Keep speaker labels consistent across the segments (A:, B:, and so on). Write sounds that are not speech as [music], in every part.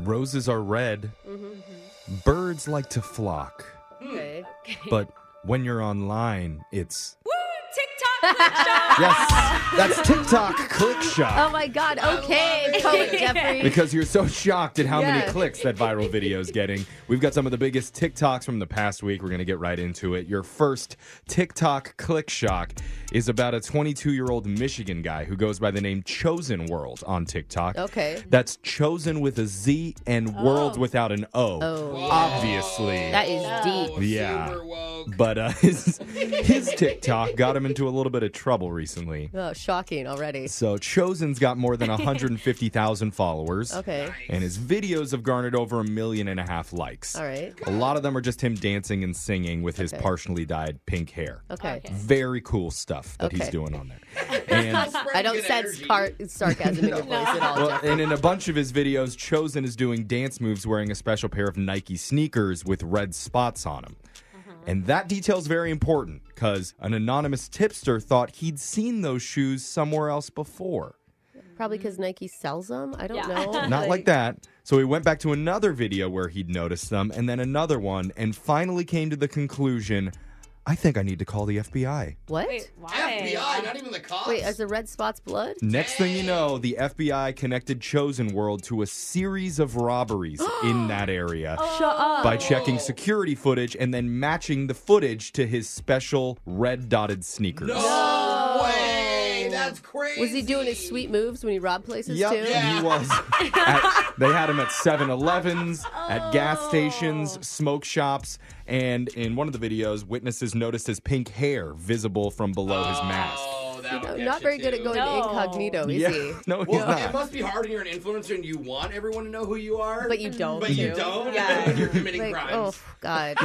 A: Roses are red.
B: Mm-hmm.
A: Birds like to
B: [laughs]
A: flock.
B: Okay.
A: But when you're online, it's.
C: Woo!
B: [laughs]
C: TikTok click shop.
A: Yes! That's TikTok click
B: Oh
A: shock.
B: my God. Okay, poet
A: [laughs]
B: Jeffrey.
A: Because you're so shocked at how many
B: Yeah.
A: clicks that viral video is getting. We've got some of the biggest TikToks from the past week. We're going to get right into it. Your first TikTok click shock is about a 22 year old Michigan guy who goes by the name Chosen World on TikTok.
B: Okay.
A: That's chosen with a Z and world without an O.
B: Oh.
A: Obviously.
B: That is deep.
A: Yeah.
D: Super woke.
A: but uh, [laughs] his, his TikTok got him into a little bit of trouble recently.
B: Oh, shocking already.
A: So Chosen's got more
B: [laughs]
A: than 150,000 followers.
B: Okay.
A: And his videos have garnered over a million and a half likes.
B: All right.
A: A lot of them are just him dancing and singing with his
B: Okay.
A: partially dyed pink hair.
B: Okay.
A: Very cool stuff that he's
B: Okay.
A: doing on
B: [laughs]
A: there. And
B: I don't
D: Good
B: sense
D: energy.
B: car- sarcasm in your voice at all,
A: Well,
B: Jeffrey.
A: and in a bunch of his videos, Chosen is doing dance moves wearing a special pair of Nike sneakers with red spots on them. And that detail's very important because an anonymous tipster thought he'd seen those shoes somewhere else before.
B: Probably because Nike sells them. I don't know.
A: [laughs] Not like that. So he went back to another video where he'd noticed them and then another one and finally came to the conclusion I think I need to call the FBI.
B: What?
C: Wait, why?
D: FBI, not even the cops.
B: Wait, is the red spots blood?
A: Next thing you know, the FBI connected Chosen World to a series of robberies
D: [gasps]
A: in that area.
B: Shut up.
A: by checking security footage and then matching the footage to his special red dotted sneakers.
D: no, way. That's crazy.
B: Was he doing his sweet moves when he robbed places
A: Yep,
B: too?
A: he
D: [laughs]
A: was. at- they had him at 7 Elevens, at gas
D: Oh.
A: stations, smoke shops, and in one of the videos, witnesses noticed his pink hair visible from below his mask.
D: Oh, that
B: No, not very good at going
C: No.
B: incognito, is he?
A: [laughs] no, he's
D: Well, it
A: not.
D: must be hard when you're an influencer and you want everyone to know who you are,
B: But you don't.
D: but you
B: too.
D: don't. [laughs]
C: Yeah.
D: and you're committing
B: Like, oh
D: crimes.
A: [laughs]
B: God.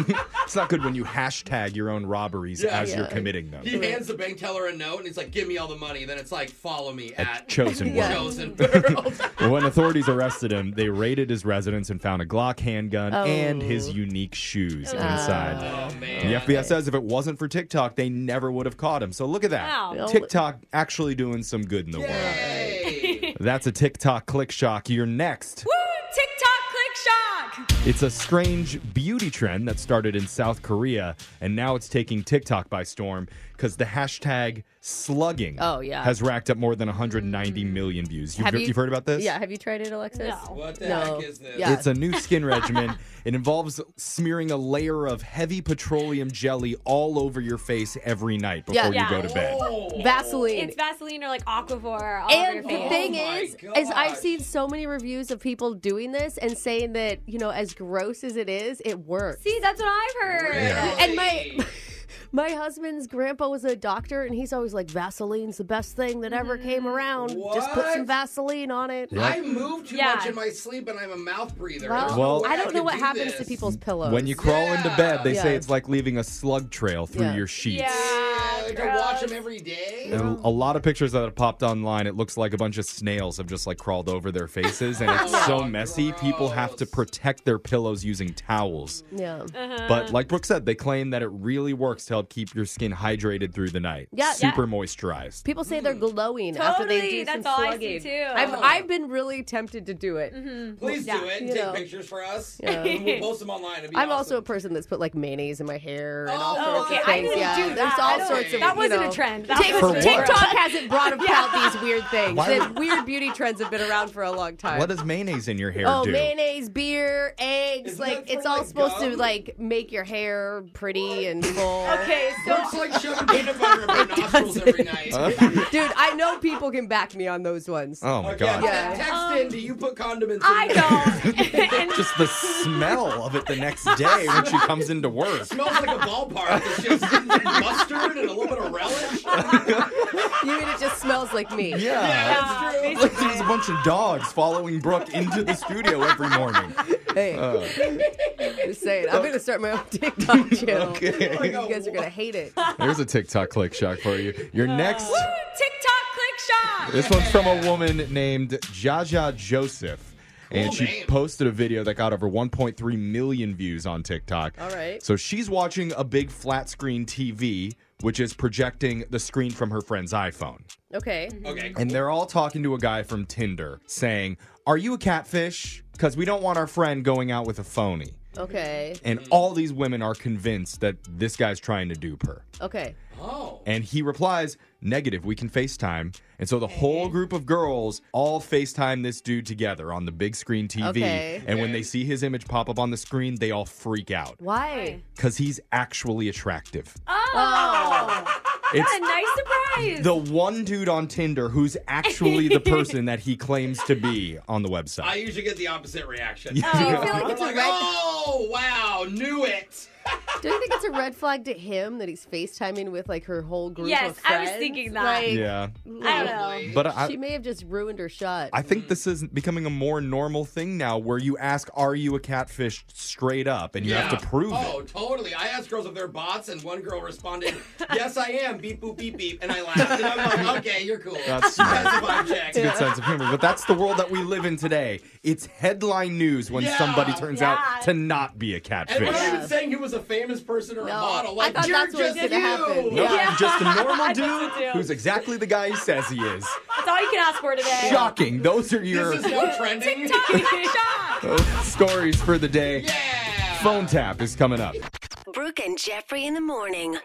A: It's not good when you hashtag your own robberies
D: Yeah.
A: as you're
B: Yeah.
A: committing them.
D: He hands the bank teller a note and he's like, "Give me all the money." Then it's like, "Follow me at [laughs]
A: Chosen
B: Yeah.
A: World.
B: [laughs]
D: Chosen World."
A: when authorities arrested him, they raided his residence and found a Glock handgun
B: Oh.
A: and his unique shoes inside.
D: oh
A: The
D: man.
A: FBI says if it wasn't for TikTok, they never would have caught him. So look at that.
C: Wow.
A: TikTok actually doing some good in the world.
D: Hey.
A: That's a TikTok click shock. You're next.
C: Woo! TikTok click shock.
A: It's a strange beauty trend that started in South Korea, and now it's taking TikTok by storm because the hashtag slugging
B: Oh, yeah.
A: has racked up more than 190 million views. You've,
B: Have
A: heard-
B: you-
A: you've heard about this?
B: Yeah. Have you tried it, Alexis?
C: No.
D: What the
B: No.
D: heck is this?
B: Yeah.
A: It's a new skin
B: [laughs]
A: regimen. It involves smearing a layer of heavy petroleum jelly all over your face every night before
B: Yeah.
A: you
C: Yeah.
A: go to bed.
D: Oh.
B: Vaseline.
C: It's Vaseline or like Aquavore. All
B: and
C: over
B: the
C: your face.
B: thing
D: Oh my
B: is, is I've
D: gosh.
B: seen so many reviews of people doing this and saying that you know, as gross as it is, it works.
C: See, that's what I've heard.
D: Yeah.
B: And my my husband's grandpa was a doctor, and he's always like, "Vaseline's the best thing that ever
C: Mm.
B: came around. Just put some
D: What?
B: Vaseline on it."
D: I move too
C: Yeah.
D: much in my sleep and I'm a mouth breather.
B: Well,
D: There's no
A: Well-
D: way
B: I don't know
D: could
B: what
D: do
B: happens to
D: this.
B: people's pillows.
A: When you crawl into bed, they say
B: Yeah.
A: it's like leaving a slug trail through
B: Yeah.
A: your sheets.
C: Yeah,
D: Like, Uh, I
C: gross.
D: watch them every day.
A: And a lot of pictures that have popped online, it looks like a bunch of snails have just like crawled over their faces, and
B: [laughs]
A: it's so
D: Oh,
A: messy. People have to
D: gross.
A: protect their pillows using towels.
B: yeah.
C: Uh,
A: But like Brooke said, they claim that it really works to help keep your skin hydrated through the night.
B: Yeah,
A: super moisturized.
B: People say they're glowing after they
C: hmm. Totally,
B: do
C: that's
B: some
C: all I
B: slugging.
C: see too. Mm-hmm.
B: I've, I've been really tempted to do it.
D: Please do it.
B: you
D: and Take
B: know.
D: pictures for us.
B: [laughs] Yeah.
D: And
C: [laughs]
D: we'll post them online. It'd be
B: I'm also a
D: awesome.
B: person that's put like mayonnaise in my hair and all
D: Oh,
B: sorts
C: Okay,
B: of
C: I
B: things.
C: didn't
B: yeah,
C: do
B: there's
C: that. I
B: all
C: don't-
B: sorts of.
C: That
B: you
C: wasn't
B: know-
C: a trend. That
B: Tik-
A: For what?
C: was a
B: TikTok hasn't brought about these weird things.
A: Why-
B: And weird beauty trends have been around for a long time.
A: What does mayonnaise in your hair
B: Oh,
A: do?
B: mayonnaise, beer, eggs.
D: Isn't
B: like,
D: that
B: it's
D: for,
B: all
D: like,
B: supposed to,
D: gum?
B: like, make your hair pretty and full.
C: Okay, so
D: It's like
B: [laughs]
D: shoving peanut butter up your nostrils
A: [laughs]
D: every night.
B: Dude, I know people can back me on those ones.
A: Oh my
D: Okay,
A: god.
B: Yeah. Um,
D: Text in. Do you put condiments?
C: I
D: in there?
B: [laughs]
C: don't. [laughs] and
A: Just the smell of it the next day when she comes into work.
D: [laughs] Smells like a ballpark. It's just
B: [laughs]
D: mustard and a little bit of relish.
B: You mean it just smells like me?
A: Yeah.
C: yeah,
A: Like there's a bunch of dogs following Brooke into the studio every morning.
B: Hey. Just saying. I'm going to start my own TikTok channel.
A: Uh. Okay.
B: You guys are going to hate it.
A: There's a TikTok click shock for you. Your next.
C: TikTok click shock.
A: This one's from a woman named Jaja Joseph. And
D: Cool
A: she
D: name.
A: posted a video that got over 1.3 million views on TikTok.
B: All right.
A: So she's watching a big flat screen TV which is projecting the screen from her friend's iPhone.
B: Okay.
D: oh, Okay. Cool.
A: And they're all talking to a guy from Tinder saying, Are you a catfish? Because we don't want our friend going out with a phony.
B: Okay.
A: And all these women are convinced that this guy's trying to dupe her.
B: Okay.
D: oh.
A: And he replies, Negative, we can FaceTime. And so the whole group of girls all FaceTime this dude together on the big screen TV.
B: Okay.
A: And when they see his image pop up on the screen, they all freak out
B: Why?
A: because he's actually attractive.
C: Oh,
A: It's
C: a Ah, nice surprise.
A: the one dude on Tinder who's actually the person that he claims to be on the website.
D: I usually get the opposite reaction.
A: Yeah.
B: Do you feel like
D: I'm
B: it's a
D: like,
B: red?
D: oh wow, knew it.
B: Do you think it's a red flag to him that he's FaceTiming with like her whole group?
C: Yes,
B: of
C: I was
B: friends?
C: thinking that.
B: Like,
A: yeah.
C: I don't know.
A: But I,
B: she may have just ruined her shot.
A: I think this is becoming a more normal thing now where you ask, Are you a catfish straight up? And you have to prove
D: oh,
A: it.
D: totally. I asked girls if they're bots, and one girl responded, [laughs] "Yes, I am." Beep boop beep beep, and I laughed. And
A: [laughs]
D: I'm like, "Okay, you're cool."
A: That's
D: you
A: smart.
D: guys vibe check.
A: Good sense of humor. But that's the world that we live in today. It's headline news when
D: Yeah.
A: somebody turns
C: Yeah.
A: out to not be a
D: And we're not
A: catfish.
D: even saying he was a famous person or a
B: No,
D: model.
B: I
D: Like,
B: thought
D: you're
B: that's what was
D: just
B: gonna happen.
D: you.
A: No,
C: Yeah.
A: just a normal
C: so
A: dude
C: too.
A: who's exactly the guy he says he is.
C: That's all you can ask for today. [laughs]
A: Shocking. Those are your
D: This is now trending.
C: Click shot.
A: [laughs] stories for the day.
D: yeah.
A: Phone tap is coming up.
E: Brooke and Jeffrey in the morning.